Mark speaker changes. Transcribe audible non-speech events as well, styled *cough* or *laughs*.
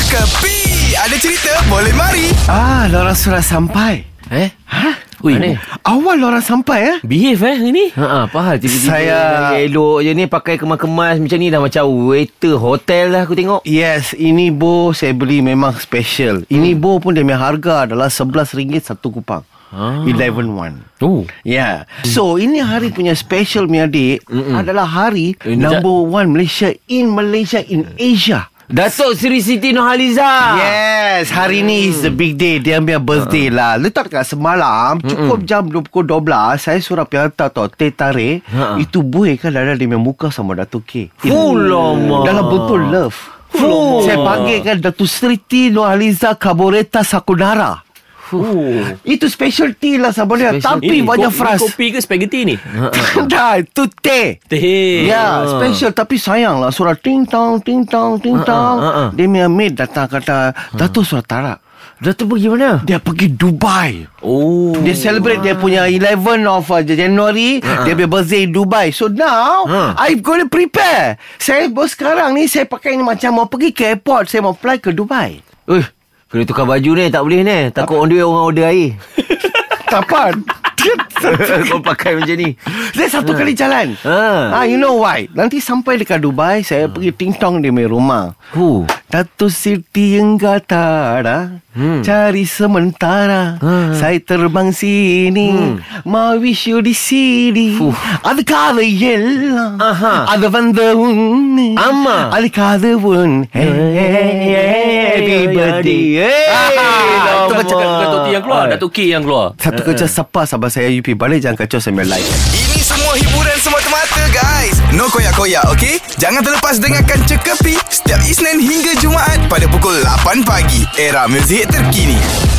Speaker 1: Kepi Ada cerita boleh mari
Speaker 2: Ah, Lorang Surah sampai.
Speaker 3: Eh?
Speaker 2: Hah?
Speaker 3: Ui,
Speaker 2: Mana? Awal Lorang sampai eh?
Speaker 3: behave eh hari ni. Ha ah, apa hal tiba-tiba
Speaker 2: Saya-
Speaker 3: yang elok je ni pakai kemas-kemas macam ni dah macam waiter hotel lah aku tengok.
Speaker 2: Yes, ini bo saya beli memang special. Ini bo pun dia punya harga adalah RM11 satu kupang.
Speaker 3: Ah.
Speaker 2: 11 one.
Speaker 3: Oh.
Speaker 2: Yeah. So ini hari punya special punya adik Hmm. Mm-mm. adalah hari
Speaker 3: Eh, ni
Speaker 2: number one Malaysia in Malaysia in Asia.
Speaker 3: Datuk Seri Siti Nurhaliza.
Speaker 2: Yes, hari ni is the big day. Dia punya birthday
Speaker 3: Ah.
Speaker 2: lah. Letak kat semalam, cukup jam pukul 12, saya suruh pergi hantar tau, teh tarik.
Speaker 3: Ha.
Speaker 2: Itu buih kan ada dia punya muka sama Datuk K. Itu
Speaker 3: Fuh, lama.
Speaker 2: Dalam bentuk love.
Speaker 3: Fuh.
Speaker 2: Saya panggil kan Datuk Sriti Nohaliza Kaboreta Sakunara.
Speaker 3: Oh.
Speaker 2: Itu special tea lah sama dia.
Speaker 3: Special
Speaker 2: Tapi
Speaker 4: Ini
Speaker 2: banyak Ha.
Speaker 4: ko-
Speaker 2: fras.
Speaker 4: Ini kopi ke spaghetti ni?
Speaker 2: *laughs* Dah, itu teh.
Speaker 4: Teh.
Speaker 2: Ya, special tapi sayang lah Surat ting tong, ting tong, ting tong.
Speaker 3: Ah. ah, ah.
Speaker 2: Dia punya maid datang kata, Datuk surat tarak.
Speaker 3: Datuk pergi mana?
Speaker 2: Dia pergi Dubai.
Speaker 3: Oh.
Speaker 2: Dia celebrate dia punya 11 of uh, January uh-huh. Dia punya birthday Dubai So now uh.
Speaker 3: Ha.
Speaker 2: I'm going to prepare Saya bos sekarang ni Saya pakai ni macam Mau pergi ke airport Saya mau fly ke
Speaker 3: *laughs*
Speaker 2: Dubai
Speaker 3: Eh, kena tukar baju ni tak boleh ni. Takut on the way orang order air. *laughs*
Speaker 2: Tapan *laughs*
Speaker 3: Kau pakai macam ni.
Speaker 2: Dia satu kali jalan Ah,
Speaker 3: Ha.
Speaker 2: You know why Nanti sampai dekat Dubai Saya pergi ting-tong di punya rumah
Speaker 3: Huh.
Speaker 2: Datuk Siti Engga Tara hmm. Cari sementara
Speaker 3: Hmm.
Speaker 2: Saya terbang sini hmm. Mau wish you di sini
Speaker 3: Fuh.
Speaker 2: Adakah ada yella
Speaker 3: Aha.
Speaker 2: Ada benda unni
Speaker 3: Ama.
Speaker 2: Adakah ada pun Hey hey hey Everybody Hey
Speaker 4: Ah, itu
Speaker 2: Lama.
Speaker 4: macam kat- Datuk T yang
Speaker 3: Ah.
Speaker 4: keluar. Datuk K yang keluar.
Speaker 2: Satu kerja sapa sahabat saya UP Balik jangan kacau saya punya live
Speaker 1: Ini semua hiburan semata-mata guys No koyak-koyak ok Jangan terlepas dengarkan Cekapi Setiap Isnin hingga Jumaat Pada pukul 8 pagi Era muzik terkini